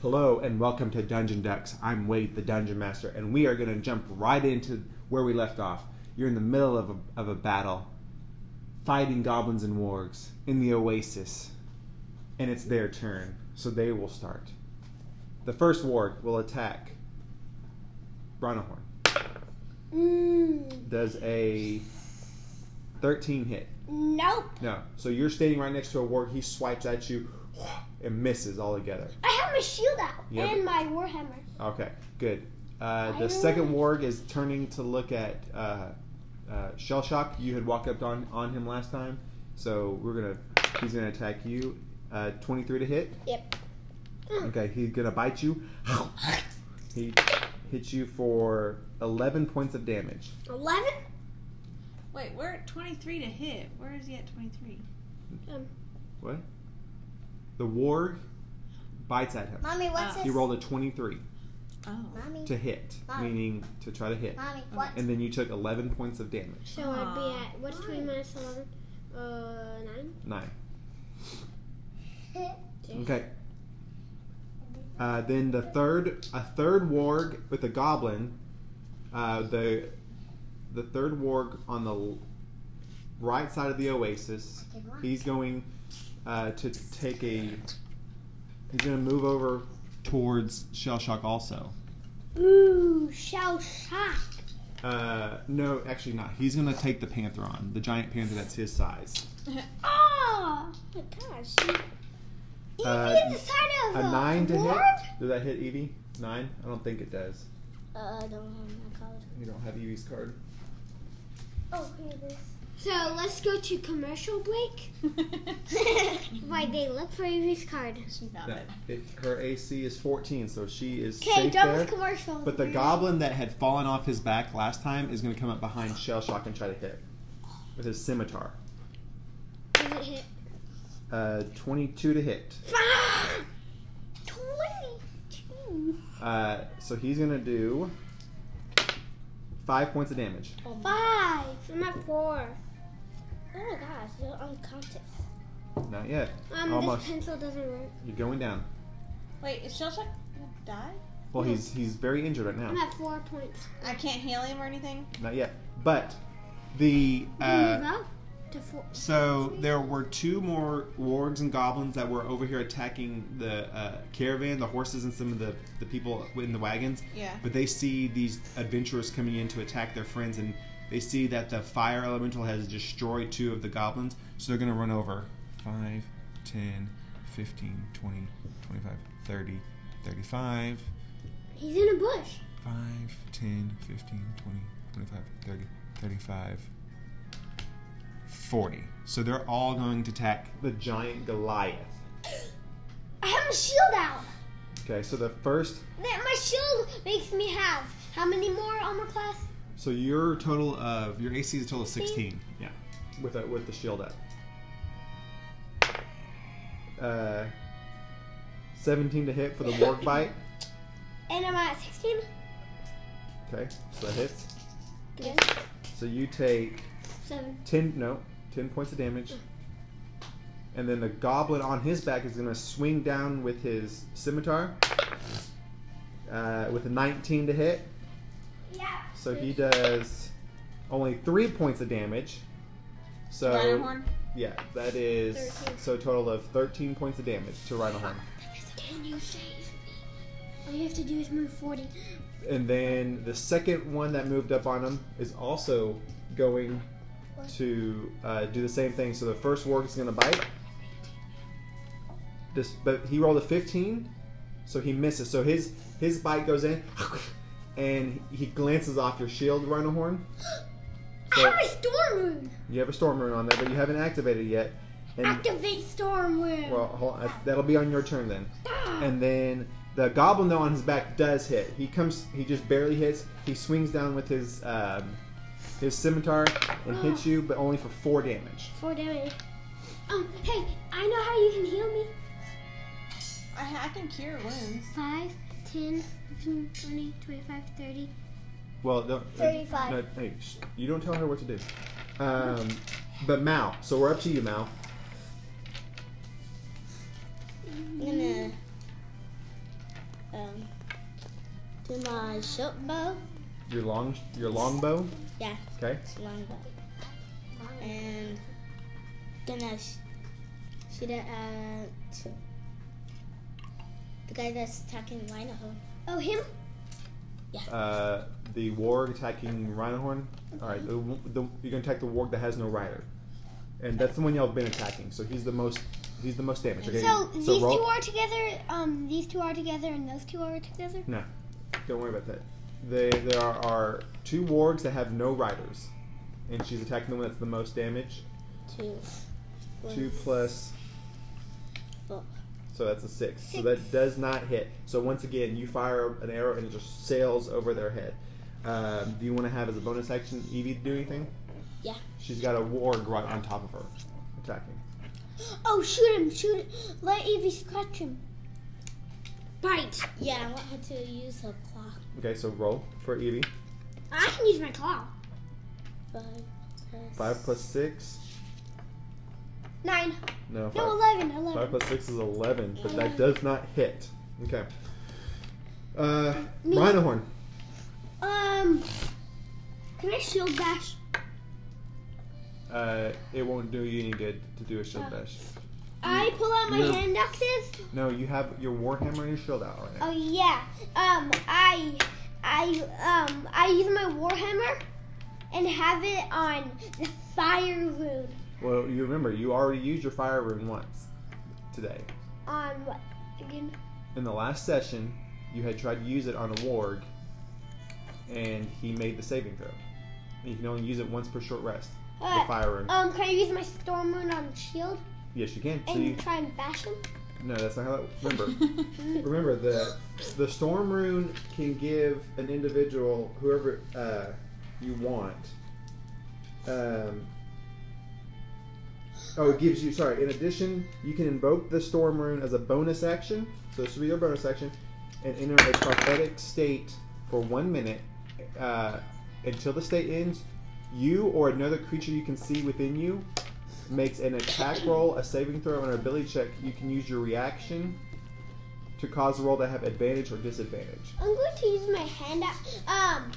Hello and welcome to Dungeon Ducks. I'm Wade, the Dungeon Master, and we are going to jump right into where we left off. You're in the middle of a, of a battle, fighting goblins and wargs in the oasis, and it's their turn, so they will start. The first warg will attack Bronahorn. Mm, Does a 13 hit? nope. No. So you're standing right next to a warg, he swipes at you and misses altogether. I have my shield out Yeah, and my warhammer. Okay, good. Uh, the Iron second Man. warg is turning to look at uh, uh, Shell Shock. You had walked up on, on him last time, so we're gonna. He's gonna attack you. Uh, Twenty-three to hit. Yep. Okay, he's gonna bite you. He hits you for eleven points of damage. Eleven. Wait, we're at 23 to hit. Where is he at 23? The warg bites at him. Mommy, what's Ah. this? He rolled a twenty-three Oh. Mommy, to hit, Fine. meaning to try to hit, mommy, what? and then you took eleven points of damage. So I'd be Aw. at what's twenty minus eleven? Uh, nine. Nine. Okay. Uh, then the third, a third warg with a goblin. Uh, the the third warg on the l- right side of the oasis. He's going uh, to take a. He's going to move over towards shell shock. Also, Ooh, shell shock. uh, no, actually not. He's going to take the panther on the giant panther that's his size. Oh my gosh. Evie Uh, is the side of A nine to hit. warg? Does that hit Evie? Nine? I don't think it does. Uh, I don't have my color. You don't have Evie's card. Oh, here it is. So let's go to commercial break. Why they look for Evie's card? she found No, it. it, her AC is 14, so she is Okay, safe done there. with commercial. But the goblin that had fallen off his back last time is going to come up behind Shell Shock and try to hit with his scimitar. Does it hit? Uh, 22 to hit. Twenty-two. Uh, so he's going to do five points of damage. Five. I'm at four. Oh my gosh, you're unconscious. Not yet. Um, Almost. this pencil doesn't work. You're going down. Wait, is Shellshock gonna die? Well, he's he's very injured right I'm now. at four points. I can't heal him or anything? Not yet. But the Can uh, we move up to four? So there were two more wargs and goblins that were over here attacking the uh, caravan, the horses, and some of the, the people in the wagons. Yeah. But they see these adventurers coming in to attack their friends, and they see that the fire elemental has destroyed two of the goblins, so they're going to run over. 5, 10, 15, 20, 25, 30, 35, He's in a bush. 5, 10, 15, 20, 25, 30, 35, 40. So they're all going to attack the giant Goliath. I have my shield out. Okay, so the first, That my shield makes me have how many more armor class? so your total of your AC is a total of 16. Yeah, with a, with the shield up. Uh, 17 to hit for the warg bite. And I'm at sixteen. Okay, so that hits. Good. So you take Seven. Ten no, ten points of damage. And then the goblin on his back is gonna swing down with his scimitar. Uh, with a 19 to hit. Yeah. So he does only three points of damage. So Rhinohorn? yeah, that is Thirteen. so a total of 13 points of damage to Rhinohorn. Can you save me? All you have to do is move forty. And then the second one that moved up on him is also going to uh, do the same thing. So the first warg is going to bite. This, but he rolled a 15, so he misses. So his his bite goes in, and he glances off your shield, Rhino Horn. I So have my storm rune. you have a storm rune on there, but you haven't activated it yet. And Activate storm Ah, rune. well, hold on, that'll be on your turn then. And then the goblin though on his back does hit. He comes, he just barely hits. He swings down with his um, his scimitar and hits you, but only for four damage. Four damage. Oh, Um, hey, I know how you can heal me. I, I can cure wounds. 5, 10, 15, 20, 25, 30. Well, don't, 35. No, hey, sh- you don't tell her what to do. Um, but Mal, so we're up to you, Mal. I'm gonna um, to my short bow. Your long your longbow. Yeah. Okay. It's a long bow. And gonna sh- shoot it at the guy that's attacking Rhinoho. Oh, him? Uh, the warg attacking Rhinohorn. All right. The, the, you're gonna attack the warg that has no rider, and that's the one y'all have been attacking. So he's the most he's the most damage. Okay. So, these roll- two are together, um, these two are together, and those two are together? Don't worry about that. They, there are, are two wargs that have no riders, and she's attacking the one that's the most damage. Two. Two plus. Four. So that's a six. So that does not hit. So once again, you fire an arrow and it just sails over their head. Um, do you want to have as a bonus action Evie to do anything? Yeah. She's got a warg right on top of her, attacking. Oh, shoot him, shoot him. Let Evie scratch him. Bite. Yeah, I want her to use her claw. Okay, so roll for Evie. I can use my claw. Five. Five plus six. Nine. No. No, five- 11, 11. Five plus six is eleven, but that does not hit. Okay. Uh, Rhinohorn. Um, can I shield bash? Uh, it won't do you any good to do a shield dash. I Mm. pull out my No. hand axes. No, you have your warhammer and your shield out right now. Oh yeah. Um, I, I, um, I use my warhammer and have it on the fire rune. Well, you remember you already used your fire rune once today. On uh, what again? In the last session, you had tried to use it on a warg, and he made the saving throw. And you can only use it once per short rest. The Uh, fire rune. um, can I use my storm rune on shield Yes, you can. So and you, try and bash him? no, that's not how that. Remember, Remember the the storm rune can give an individual whoever uh, you want. Um, oh, it gives you. Sorry. In addition, you can invoke the storm rune as a bonus action. So this will be your bonus action, and enter a prophetic state for one minute. Uh, until the state ends, you or another creature you can see within you makes an attack roll, a saving throw, and an ability check. You can use your reaction to cause the roll to have advantage or disadvantage. I'm going to use my hand. ax- Um,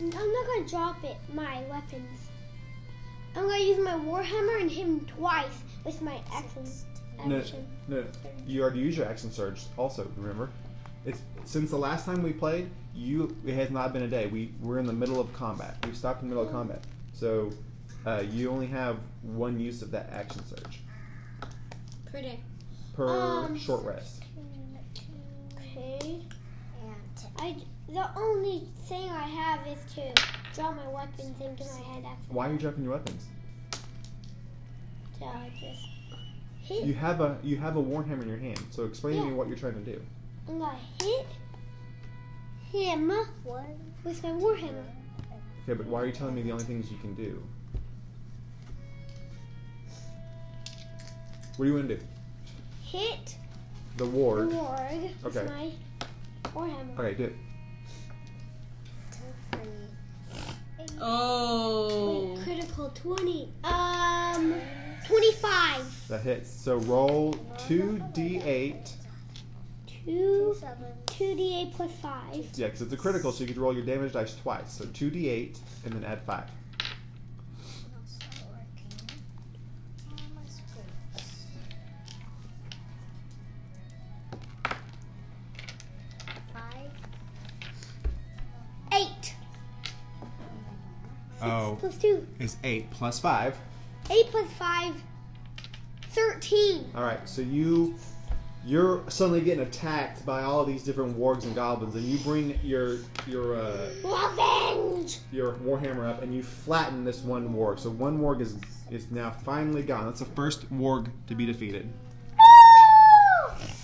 I'm not going to drop it. My weapons. I'm going to use my warhammer and hit him twice with my action. No. action. No, you already used your action surge. Also, remember, it's since the last time we played, you it has not been a day. We we're in the middle of combat. We stopped in the middle of combat, so uh, you only have one use of that action surge Per day. per Um, short rest. Okay. And I the only thing I have is to draw my weapons into my hand action. Why are you dropping your weapons? So I just You hit. have a you have a warhammer in your hand. So explain to me what you're trying to do. I'm gonna hit him with my warhammer. Okay, but why are you telling me the only things you can do? What do you want to do? Hit The the ward. warg with Okay. my warhammer. Okay, do it. oh. Critical twenty. Um, twenty-five. That hits. So roll 2d8. Two, seven. two d eight plus five. Yeah, because it's a critical, so you could roll your damage dice twice. So 2d8 and then add 5. Eight Oh, plus two. it's 8 plus 5. Eight plus five. Thirteen. All right, so you you're suddenly getting attacked by all these different wargs and goblins, and you bring your your uh, Revenge. your warhammer up, and you flatten this one warg. So one warg is is now finally gone. That's the first warg to be defeated.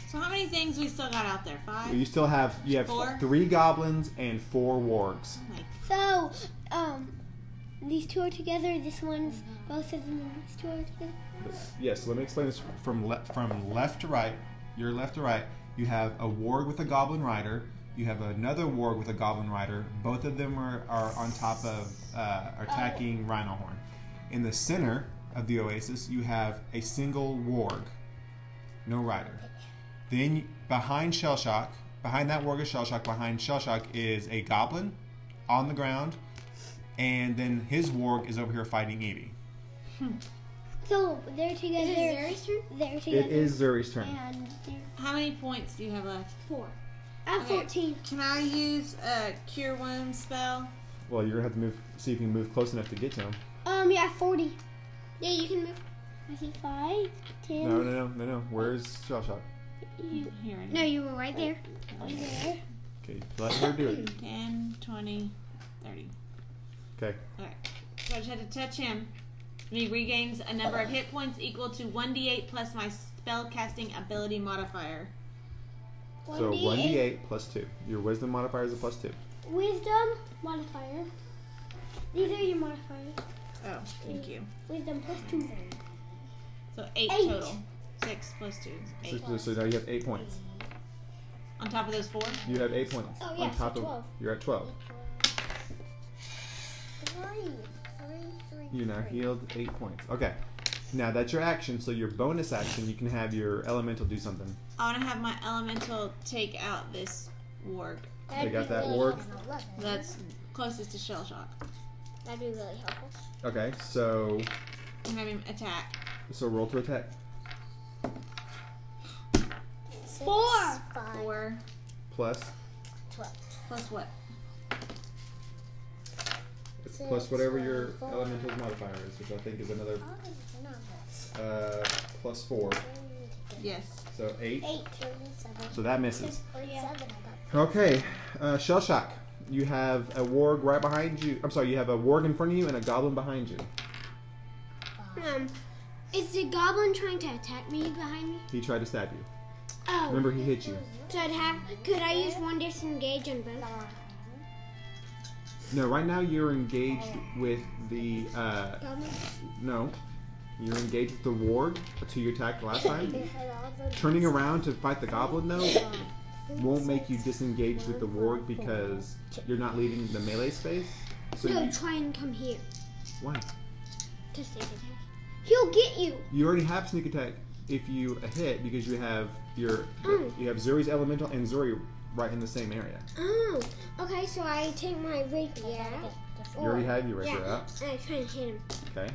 So how many things we still got out there? Five. But you still have you have Four. three goblins and four wargs. So, um, these two are together. This one's both of them. And these two are together. Yes, let me explain this from le- from left to right. Your left to right, you have a warg with a goblin rider. You have another warg with a goblin rider. Both of them are, are on top of uh, are attacking Rhino Horn. In the center of the oasis, you have a single warg, no rider. Then behind Shell Shock, Behind that warg is Shell Shock. Behind Shell Shock is a goblin on the ground. And then his warg is over here fighting Eevee. So they're Is together. it Zeri's turn? They're together. It is Zuri's turn. And they're- How many points do you have left? Four. I'm Okay. 14. Can I use a cure wound spell? Well, you're gonna have to move. See if you can move close enough to get to him. Um, yeah, 40. Yeah, you can move. I see 5, 10. No, no, no, no, no. Where's Shell Shock? You, Here. it is. No, you were right there. there. Okay, let her do it. 10, 20, 30. Okay. Alright. So I just had to touch him. And he regains a number of hit points equal to 1d8 plus my spell casting ability modifier. So one d eight plus two. Your wisdom modifier is a plus two. Wisdom modifier. These are your modifiers. Oh, thank you. Wisdom plus 2. So 8, Eight. total. 6 plus 2 is 8. So, so now you have eight points. On top of those 4? You have eight points. Oh, yeah, on top so of 12. you're at twelve. You're now healed eight points. Okay. Now that's your action. So your bonus action, you can have your elemental do something. I want to have my elemental take out this warg. I got that warg. That's closest to shell shock. That'd be really helpful. Okay. So And have him attack. so roll to attack. Four. Four. 4 Plus Twelve. plus what? it's Six, plus whatever your four. elemental's modifier is, which I think is another uh, plus four. Yes. So eight. Eight. Seven. So that misses. Seven. Okay, uh, Shell Shock. You have a warg right behind you. I'm sorry, you have a warg in front of you and a goblin behind you. Um, is the goblin trying to attack me behind me? He tried to stab you. Oh, Remember, he hit you. so I'd have. Could I use one disengage on both? No, right now you're engaged with the. Uh, Goblin? no, you're engaged with the warg to you attacked last time. Turning around to fight the goblin though won't make you disengage with the warg because you're not leaving the melee space. So No, you, try and come here why? to sneak attack. He'll get you. You already have sneak attack if you hit because you have your Oh. you have Zuri's elemental and Zuri right in the same area. Oh, okay, so I take my rapier out You already have your rapier Yeah. out. and I try and hit him. Okay.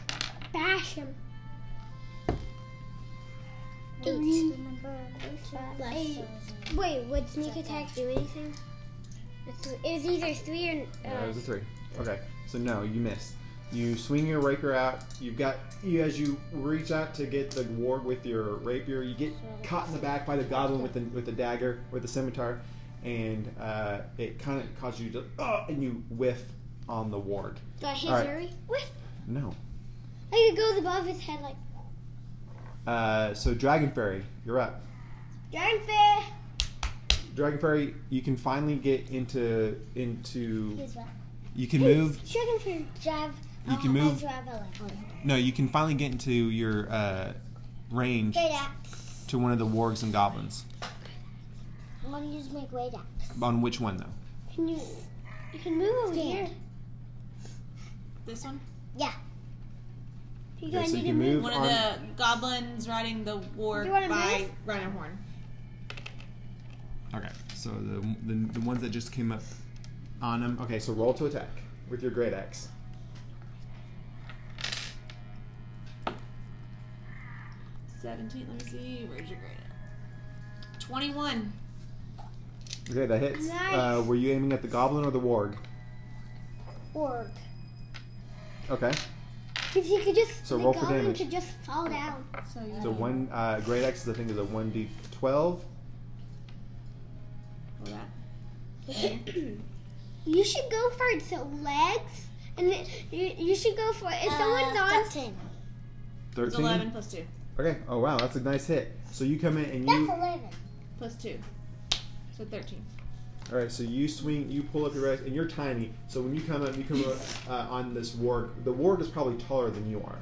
Bash him. Three. Eight. Wait, would sneak attack do anything? It's, it's either three or. Yeah, that Uh, was a three. Okay. So no, you missed. You swing your rapier out. You've got you as you reach out to get the warg with your rapier. You get caught in the back by the goblin with the with the dagger with the scimitar, and uh, it kind of causes you to oh, and you whiff on the warg. do I hit All right. Zuri? No. Like it goes above his head like Uh, so dragon fairy, you're up. Dragon Fair. Dragon Fairy, you can finally get into into. He's what? You can move. Dragon Fair. Drive. You can uh, I move. drive a leg. No, you can finally get into your uh, range Great axe. to one of the wargs and goblins. I'm gonna use my great axe. On which one though? Can you? You can move over here. Stand. This one? You Okay, guys so need you to can move One of on. the goblins riding the warg You wanna by Rhino Horn. Okay, so the, the the ones that just came up on them. Okay, so roll to attack with your great axe. Seventeen. Let me see. Where's your grade? at? Twenty-one. Okay, that hits. Uh, Nice. were you aiming at the goblin or the warg? Org. Okay, Because he could just. So the roll for goblin damage. could just fall down. So you. so one uh, great axe is I think is a one d twelve. Hold that. You should go for its legs, and it, you, you should go for if someone's on. that's ten. It's Thirteen. eleven plus two. Okay. Oh wow, that's a nice hit. So you come in and That's you eleven. Plus two. So thirteen. All right, so you swing, you pull up your axe, and you're tiny. So when you come up, you come up uh, on this warg. The warg is probably taller than you are.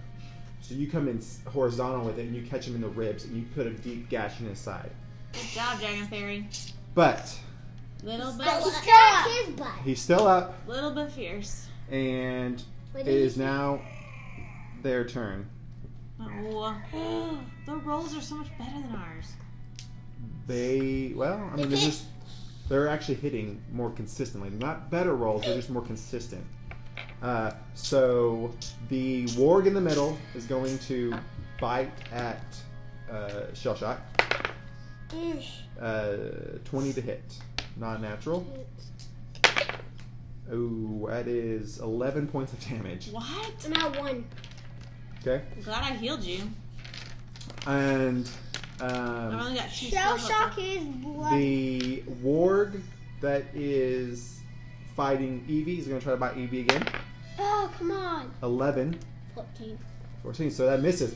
So you come in s- horizontal with it, and you catch him in the ribs, and you put a deep gash in his side. Good job, Dragon Fairy. But Little But but he got his butt. he's still up, little but fierce. and it is now their turn. Oh, the rolls are so much better than ours. They well, I mean, they're just They're actually hitting more consistently. Not better rolls, they're just more consistent. Uh, so the warg in the middle is going to bite at uh, shell shot. Uh, Twenty to hit, not natural. Ooh, that is eleven points of damage. What? I'm at one. Okay, I'm glad I healed you. and I've um, only got two Shell spell slots shock left. is blood. the warg that is fighting Evie is going to try to bite Evie again. Oh, come on. 11, 14. 14, so that misses.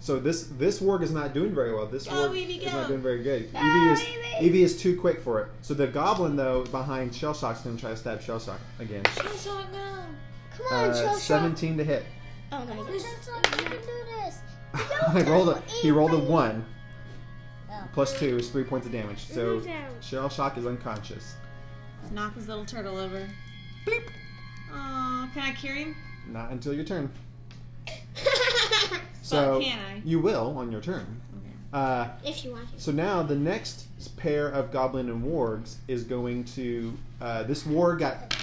So this this warg is not doing very well. This Go, warg Evie, is go. not doing very good. Go, Evie is Evie. Evie is too quick for it. So the goblin though behind shell shock's going to try to stab shell shock again. Shell shock, no. Come on, Uh, shell shock. 17 to hit. Oh my Shell goodness. shock, you can do this. I rolled a he rolled a one. Oh. Plus two is three points of damage. So down. shell shock is unconscious. Knock his little turtle over. Bloop. Aw, can I carry him? Not until your turn. So can I? you will on your turn. Uh, If you want to. So now the next pair of goblin and wargs is going to uh, this warg got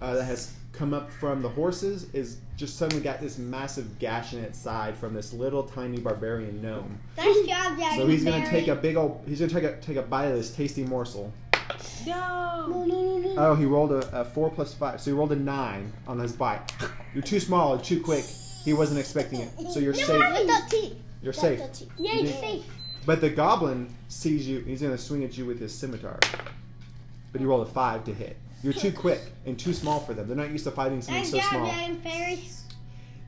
uh, that has come up from the horses is just suddenly got this massive gash in its side from this little tiny barbarian gnome. Nice job, Jack. so he's gonna take a big old he's gonna take a take a bite of this tasty morsel. No. Oh, he rolled a, a four plus five, so he rolled a nine on his bite. You're too small and too quick. He wasn't expecting it, so you're safe. Without teeth. You're safe. Yay, Yeah. safe. But the goblin sees you. He's gonna swing at you with his scimitar. But he rolled a five to hit. You're too quick and too small for them. They're not used to fighting something Nice so job, small. Dragon Fairy.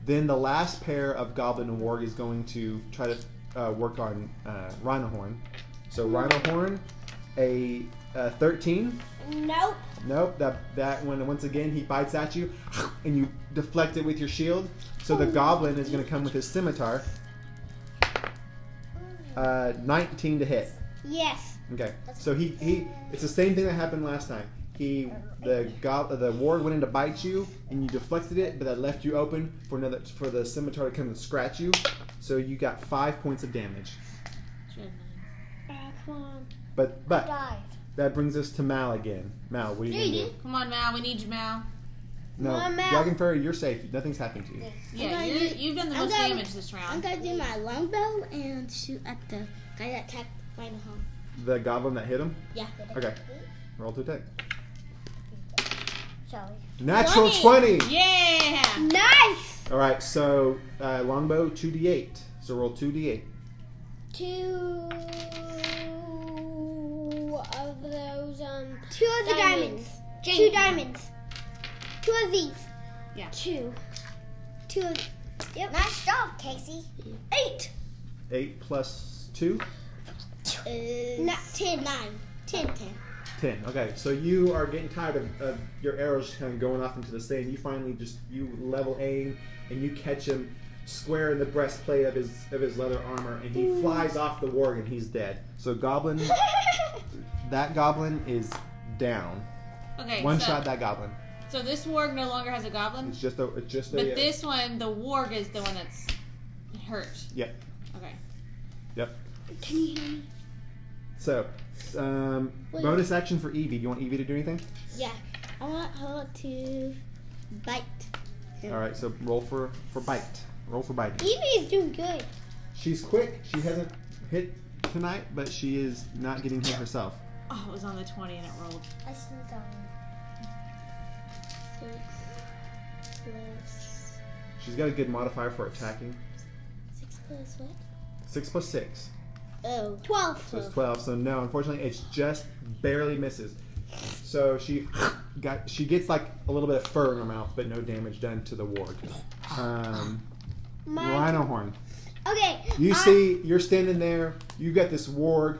Then the last pair of goblin and warg is going to try to uh, work on uh, rhino horn. So rhino horn, a, uh thirteen. Nope. Nope. That that one once again he bites at you, and you deflect it with your shield. So the goblin is gonna come with his scimitar. Uh, nineteen to hit. Yes. Okay. So he, he it's the same thing that happened last time. He the go, the ward went in to bite you and you deflected it, but that left you open for another for the scimitar to come and scratch you. So you got five points of damage. Uh, Ah, come on. But but that brings us to Mal again. Mal, what are you Yeah, you gonna do? Come on, Mal. We need you, Mal. No, Come on, Mal. Dragon Fairy, you're safe. Nothing's happened to you. Yeah, I'm you, gonna do- you've done the I'm most gonna- damage this I'm round. gonna do my longbow and shoot at the guy that attacked my home. The goblin that hit him. Yeah. Okay. Roll to attack. Shall Natural Twenty. twenty. Yeah. Nice. All right. So uh, longbow two d eight. So roll two d eight. Two Of those, um, Two of the diamonds. Diamonds. Two diamonds. Two of these. Yeah. Two. Two of we? Nice job, Casey. eight. Eight plus two. Not ten. Nine. Ten. Ten. 10 okay so you are getting tired of, of your arrows just kind of going off into the sand you finally just you level aim and you catch him square in the breastplate of his of his leather armor and he flies off the warg and he's dead so goblin that goblin is down Okay. one so, shot that goblin So this warg no longer has a goblin, it's just a it's just a uh, but this one, the warg is the one that's hurt. Yep. Okay. can you hear me? so um, Wait. bonus action for evie do you want evie to do anything I want her to bite. all right so roll for for bite roll for biting Evie is doing good. she's quick she hasn't hit tonight but she is not getting hit herself Oh, it was on the twenty and it rolled. I sneak on. Six plus She's got a good modifier for attacking. six plus what? Six plus six, Oh. Twelve. so it's twelve. So no, unfortunately, it's just barely misses. So she got she gets like a little bit of fur in her mouth, but no damage done to the ward. Um, Mine. Rhino horn. Okay. You I- see, you're standing there. You got this ward.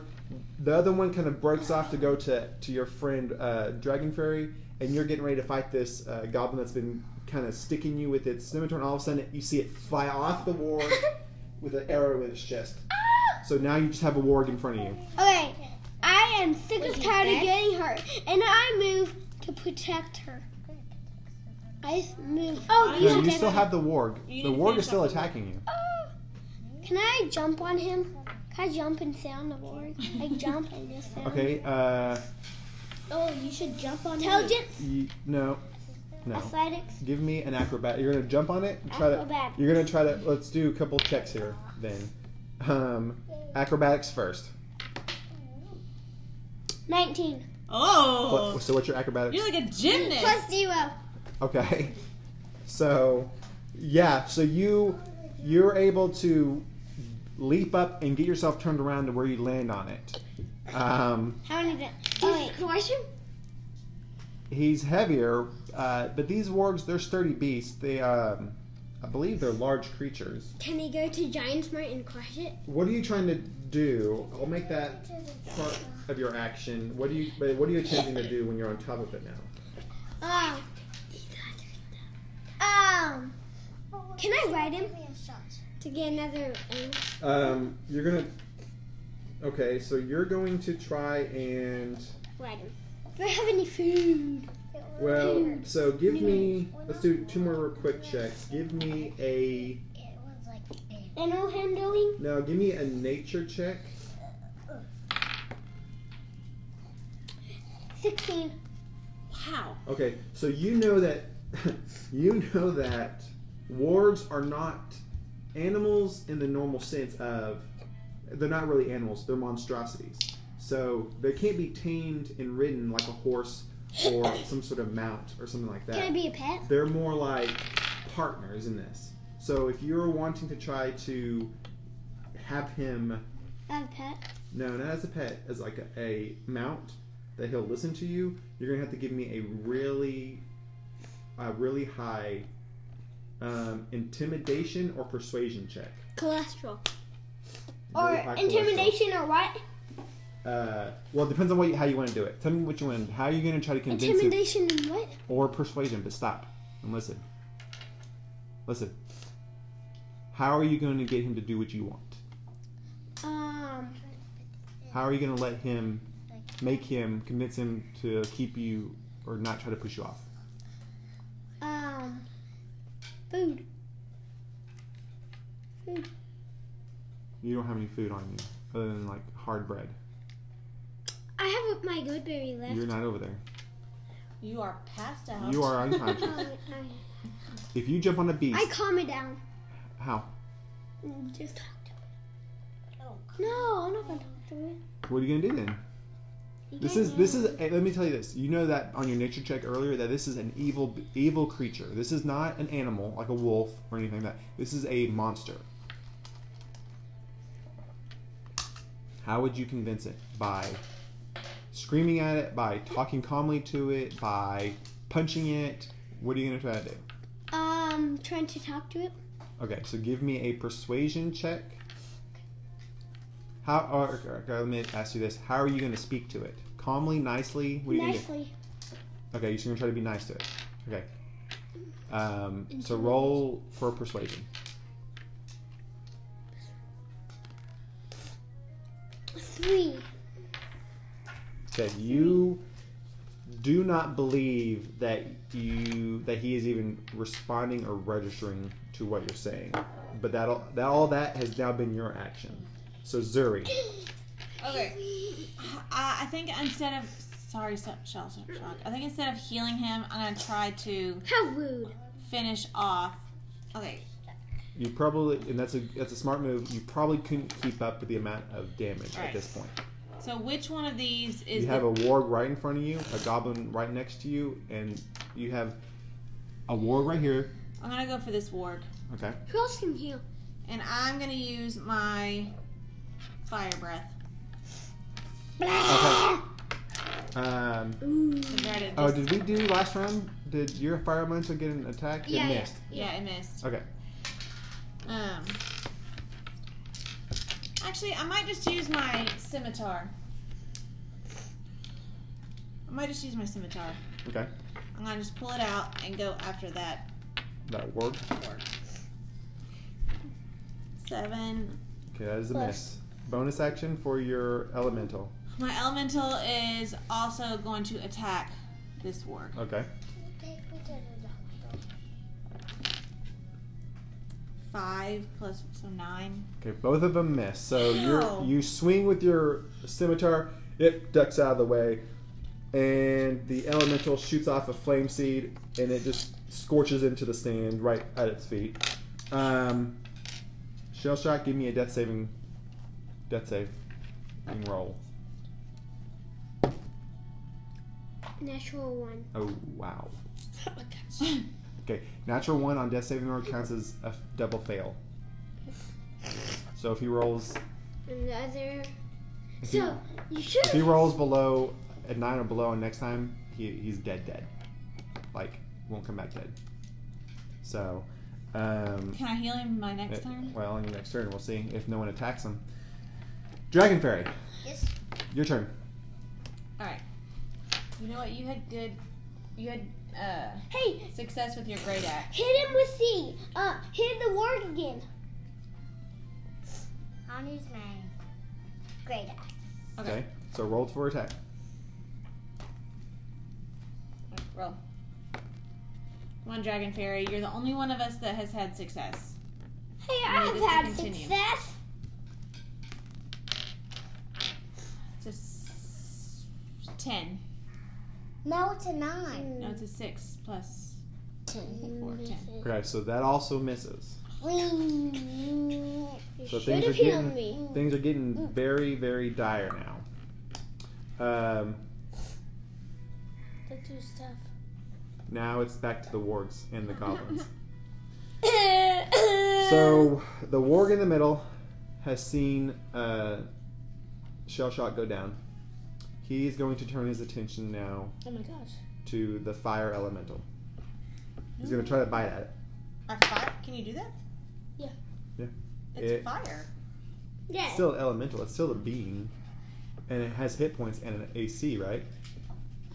The other one kind of breaks off to go to to your friend uh, Dragon Fairy, and you're getting ready to fight this uh, goblin that's been kind of sticking you with its scimitar. And all of a sudden, you see it fly off the ward with an arrow in its chest. So now you just have a ward in front of you. Okay. I am sick Wait, of he's tired of dead? getting hurt, and I move to protect her. I just move. Oh, No, you you still have the ward. You The need to ward finish is still up the attacking you. Can I jump on him? Can I jump and stay on the board? Like jump and just stay on Okay. Uh, Oh, should jump on Intelligence? You, no, it. no. Athletics. Give me an acrobat. You're gonna jump on it. and Try Acrobatics. to. You're gonna try to. Let's do a couple checks here. Then, um, acrobatics first. 19. Oh, What, so what's your acrobatics? you're like a gymnast. Plus zero. Okay. So, yeah. So you you're able to leap up and get yourself turned around to where you land on it. Um, How many? did- Oh, Oh, wait. question? he's heavier, uh, but these wargs they're sturdy beasts. They um, I believe they're large creatures. Can he go to Giant Smart and crush it? What are you trying to do? I'll make that part of your action. What do you but what are you attempting to do when you're on top of it now? Um. Um. Can I ride him? To get another um, Um, you're gonna. Okay, so you're going to try and ride him. Do I have any food? well, so give me. Let's do two more real quick checks. Give me a Animal handling? no. Give me a nature check. 16. Wow. Okay, so you know that you know that wards are not animals in the normal sense of they're not really animals. They're monstrosities. So they can't be tamed and ridden like a horse or some sort of mount or something like that. Can I be a pet? they're more like partners in this. So if you're wanting to try to have him I have a pet. known as a pet, as like a, a mount that he'll listen to you, you're gonna have to give me a really, a really high um, intimidation or persuasion check. Cholesterol. Really Or high cholesterol. intimidation or what? Uh, well, it depends on what you, how you want to do it. Tell me what you want. How are you gonna try to convince him? Intimidation and what? or persuasion, but stop and listen. Listen. How are you going to get him to do what you want? Um. How are you going to let him make him convince him to keep you or not try to push you off? Um. Food. You don't have any food on you other than like hard bread. I have my goodberry left. You're not over there. You are passed out. You are Oh, unconscious. If you jump on a I beast, calm it down. how? Mm, Just talk to it. No, I'm not gonna talk to it. What are you going to do then? This is this is. eh, Let me tell you this. You know that on your nature check earlier that this is an evil evil creature. This is not an animal like a wolf or anything like that. This is a monster. How would you convince it? By screaming at it, by talking calmly to it, by punching it. What are you gonna try to do? Um, trying to talk to it. Okay, so give me a persuasion check. How? oh, Or, or- or let me ask you this: How are you gonna speak to it? Calmly, nicely. What are you gonna do? Nicely. Okay, you're just gonna try to be nice to it. Okay. Um, so roll for persuasion. Three. Okay, you do not believe that you that he is even responding or registering to what you're saying. But that all that all that has now been your action. So Zuri, Okay. I, I think instead of sorry, so- shell shock. I think instead of healing him, I'm gonna try to How rude. finish off. Okay. you probably and that's a that's a smart move. You probably couldn't keep up with the amount of damage at Right. this point. So which one of these is You have the, a warg right in front of you, a goblin right next to you, and you have a warg right here. I'm gonna go for this warg, Okay. Who else can heal? and I'm gonna use my fire breath. Okay. Um, Because I did oh, this- did we do last round? Did your fire elemental get an attack? Yeah, it yeah. missed. yeah, I missed. Okay. Um. Actually, I might just use my scimitar. I might just use my scimitar. Okay. I'm gonna just pull it out and go after that That worked. orc. Seven. Okay, that is a Plus. miss. Bonus action for your elemental. My elemental is also going to attack this orc. Okay. Five plus so nine. Okay, both of them miss. So you Ow. you swing with your scimitar. It ducks out of the way. and the elemental shoots off a flame seed, and it just scorches into the sand right at its feet. Um, shell shock, give me a death saving, death save, and roll. Natural one. Oh wow. Okay, natural one on death saving roll counts as a f- double fail. So if he rolls, And the other. if he, So you should. if he rolls below a nine or below, next time he, he's dead, dead. Like won't come back dead. So, um, Can I heal him my next it- turn? well, in the next turn we'll see if no one attacks him. Dragon fairy, Yes. your turn. You know what? You had good. You had uh, Hey, success with your great axe. hit him with C. Uh, hit the word again. I'll use mine. Great axe. Okay, Okay. so roll for attack. Roll. Come on, Dragon Fairy. You're the only one of us that has had success. Hey, I need I've this to had continue. success. It's a s- ten. No, it's a nine. No, it's a six plus four. Mm. Ten. Okay, so that also misses. We. You So should things are have healed getting me. Mm. things are getting very very dire now. Um, The two stuff. Now it's back to the wargs and the goblins. so the warg in the middle has seen uh, shell shot go down. He's going to turn his attention now Oh my gosh. to the fire elemental. He's going to try to bite at it. A fire? Can you do that? Yeah. Yeah. It's It- fire. It's still elemental. It's still a being, and it has hit points and an AC, right?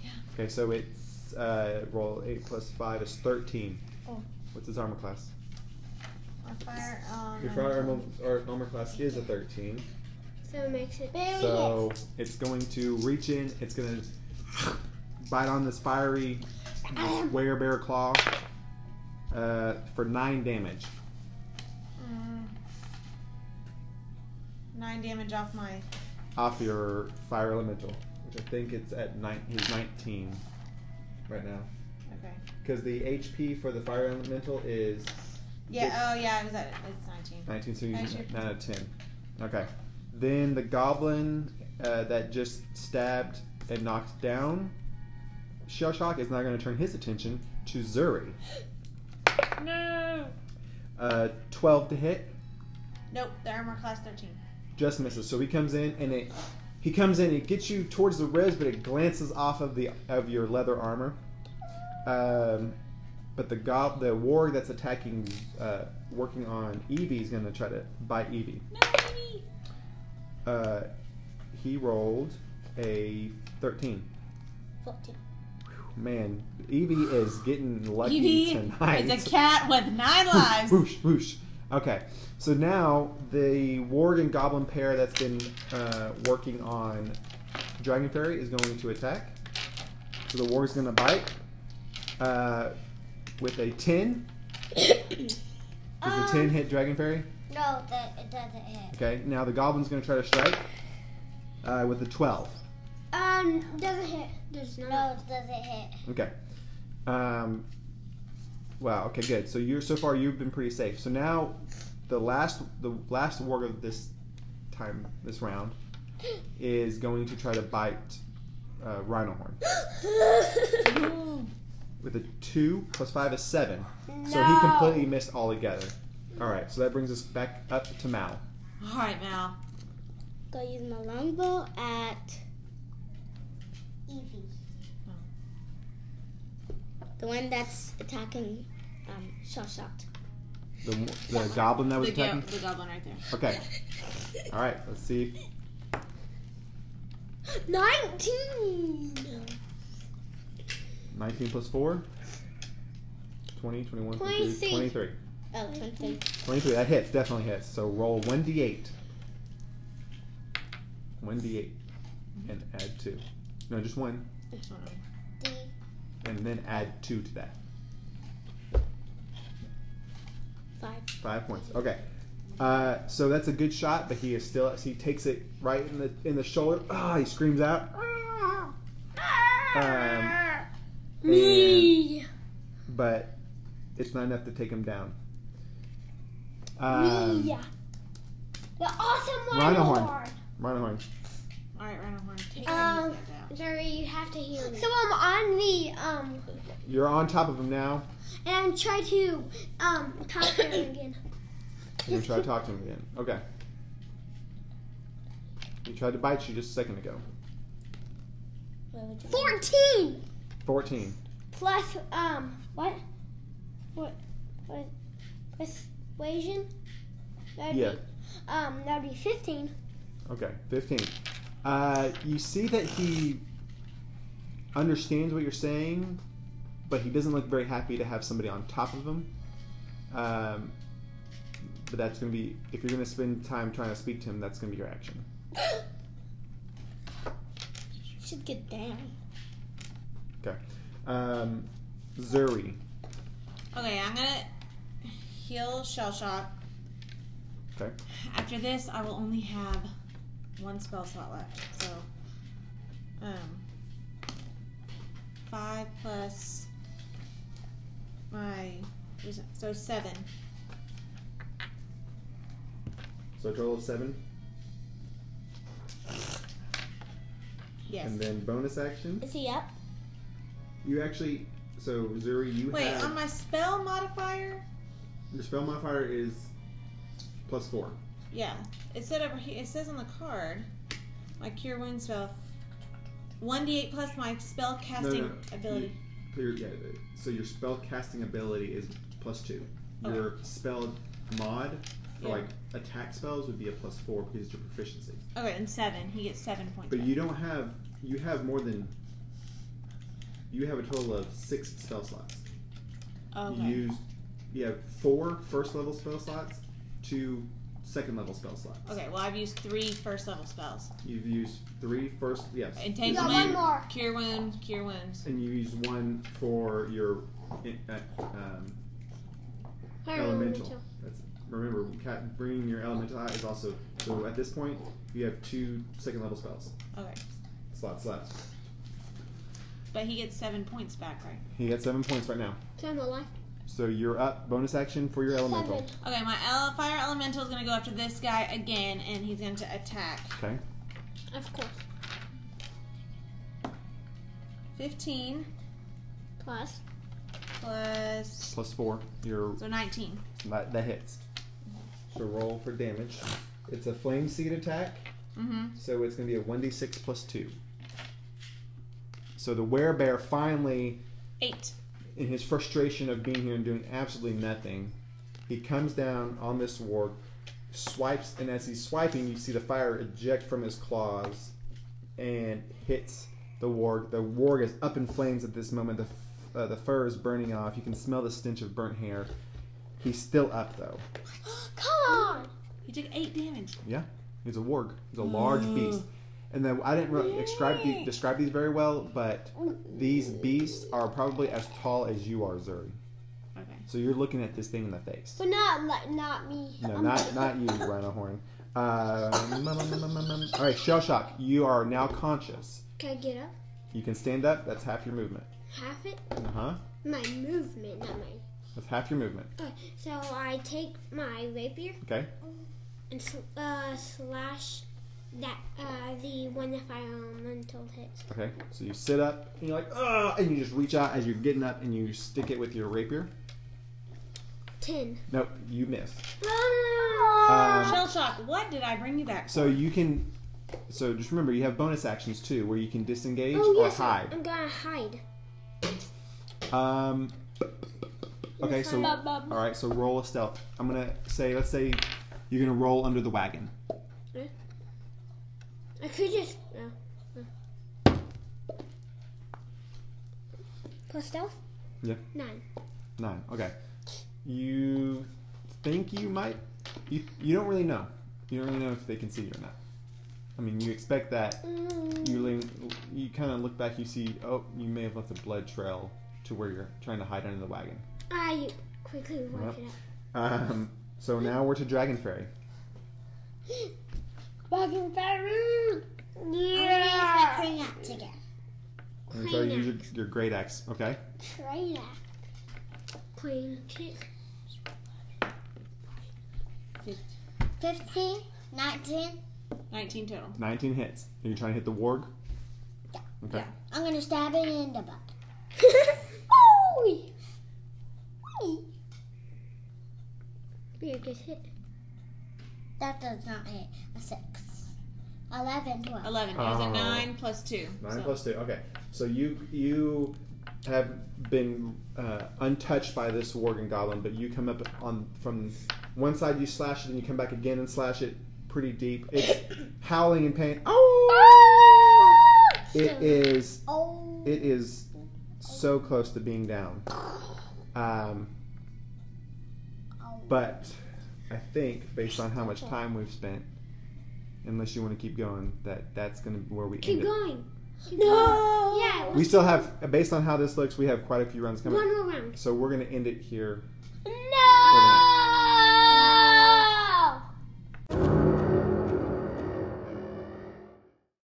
Yeah. Okay, so it's uh, roll eight plus five is thirteen. Oh. What's his armor class? A fire. Um, Your fire armor, or armor class is a thirteen. So it makes it. Very So it's going to reach in. It's going to bite on this fiery werebear claw uh, for nine damage. Mm. Nine damage off my. Off your fire elemental, which I think it's at nine. He's nineteen right now Okay. because the HP for the fire elemental is Yeah. Oh, yeah. It was at. It's nineteen. nineteen, so he's Actually- nine out of ten. Okay. Then the goblin uh, that just stabbed and knocked down Shell Shock is now going to turn his attention to Zuri. No. Uh, 12 to hit, Nope. The armor class thirteen. just misses. So he comes in and it, he comes in. It gets you towards the ribs, but it glances off of the of your leather armor. Um, but the gob, the warg that's attacking, uh, working on Evie is going to try to bite Evie. No, baby. Uh, he rolled a 13. 14. Man, Evie is getting lucky Evie tonight. is a cat with nine lives. Whoosh, whoosh. Okay, so now the ward and goblin pair that's been uh, working on Dragon Fairy is going to attack. So the ward's going to bite uh, with a 10. Does the 10 hit Dragon Fairy? No, that it doesn't hit. Okay, now the goblin's going to try to strike uh, with a 12. Um, doesn't hit. Does not. No, it doesn't hit. Okay. Um, wow. Okay. Good. So you're so far you've been pretty safe. So now, the last the last warg of this time this round is going to try to bite uh, Rhino Horn Ooh. with a two plus five is seven. So he completely missed altogether. All right. So that brings us back up to Mal. All right, Mal. Go use my longbow at Evie. Oh. The one that's attacking um, Shell Shocked. The, the goblin that was The, go- attacking. the goblin right there. Okay. All right. Let's see. Nineteen. Nineteen plus four. 20, 21, 23. Twenty-three. 23. Oh, 23. 23, that hits, definitely hits. So roll 1d8. 1d8. And add 2. No, just 1. D. And then add 2 to that. Five. 5 points. Okay. Uh, so that's a good shot, but he is still. He takes it right in the in the shoulder. Ah! he screams out. Ah! Um, and- Me. but it's not enough to take him down. Um, Me. The awesome Rhino horn. Rhinohorn. Rhino horn. All right, Rhino Horn, take Um, these guys out. Jerry, you have to hear me. So I'm on the um, You're on top of him now. and I'm trying to um talk to him again. You're gonna try to talk to him again. Okay. He tried to bite you just a second ago. Fourteen Fourteen. plus um what? What? What? Persuasion. That'd Yeah. Be, um, that'd be fifteen. Okay. Fifteen. Uh, you see that he understands what you're saying, but he doesn't look very happy to have somebody on top of him. Um, but that's gonna be if you're gonna spend time trying to speak to him, that's gonna be your action. Should get down. Um, Zuri. Okay, I'm gonna heal Shell Shock. Okay. After this, I will only have one spell slot left. So, um, five plus my what is it? so seven. So a total of seven, Yes. and then bonus action. Is he up? You actually. So Zuri, you Wait, have on my spell modifier? your spell modifier is plus four. Yeah, it said over here. It says on the card, my cure wound spell, one d8 plus my spell casting no, ability. So your, yeah, so your spell casting ability is plus two. Your spell mod for Yeah. like attack spells would be a plus four because it's your proficiency. Okay, and seven. He gets seven points. But back. you don't have you have more than you have a total of six spell slots. okay. You used you have four first level spell slots, two second level spell slots. Okay, well, I've used three first level spells You've used three first yes. You got one Entanglement, more. Cure Wounds, Cure Wounds. And you use one for your uh, um, Fire elemental. That's remember ca- bringing your elemental out is also so at this point you have two second level spells Okay, slots left. but he gets seven points back, right? You got seven points right now. It's on the line. So you're up. Bonus action for your elemental. Okay, my ele- Fire Elemental is going to go after this guy again, and he's going to attack. Okay. Of course. 15 Plus. plus. Plus four. Your So 19. that, that hits. So roll for damage. It's a flame seed attack. Mm-hmm. So it's going to be a 1d6 plus 2. So the werebear finally, Eight. in his frustration of being here and doing absolutely nothing, he comes down on this warg, swipes, and as he's swiping, you see the fire eject from his claws and hits the warg. The warg is up in flames at this moment. The, f- uh, the fur is burning off. You can smell the stench of burnt hair. He's still up, though. Come on. He took eight damage. He's a warg. He's a large beast. And then I didn't really describe the, describe these very well, but these beasts are probably as tall as you are, Zuri. Okay. So you're looking at this thing in the face. But not like not me. No, I'm- not not you, Rhino Horn. Um, all right, Shell Shock. You are now conscious. Can I get up? You can stand up. That's half your movement. Half it? Uh huh. My movement, not my. That's half your movement. Uh, so I take my rapier. Okay. And sl- uh, slash that uh, the one that fire elemental hits. Okay. So you sit up and you're like, ah, and you just reach out as you're getting up and you stick it with your rapier. Ten. Nope, you miss. Um, Shell Shock, what did I bring you back? So you can. So just remember, you have bonus actions too, where you can disengage Oh or yes, I- hide. I'm gonna hide. Um. Okay, so all right, so roll a stealth. I'm gonna say, let's say, you're gonna roll under the wagon. I could just no. Plus stealth. nine. Nine. Okay. You think you might? You you don't really know. You don't really know if they can see you or not. I mean, you expect that. You lean, you kind of look back. You see, oh, you may have left a blood trail to where you're trying to hide under the wagon. I quickly wipe it up. Um. So now we're to Dragon Fairy. Fucking Faroon. I'm gonna use my crayon again. And so you use your, your great axe. Okay. Try that. Clean kick. 15, 19. 19 total. 19 hits. Are you trying to hit the warg? Yeah. Okay. I'm gonna stab it in the butt. Ooh! You get hit. That does not hit. A 6. 11, 12. 11. It was Oh. a 9 plus 2. Nine so. plus two. Okay. So you you have been uh, untouched by this warg and goblin, but you come up on from one side. You slash it, and you come back again and slash it pretty deep. It's howling in pain. Oh! It is. Oh. It is so close to being down. Um, but I think based on how much time we've spent, unless you want to keep going, that that's going to be where we Keep end it. going. No! Yeah, We still have, based on how this looks, we have quite a few rounds coming. one more round. So we're going to end it here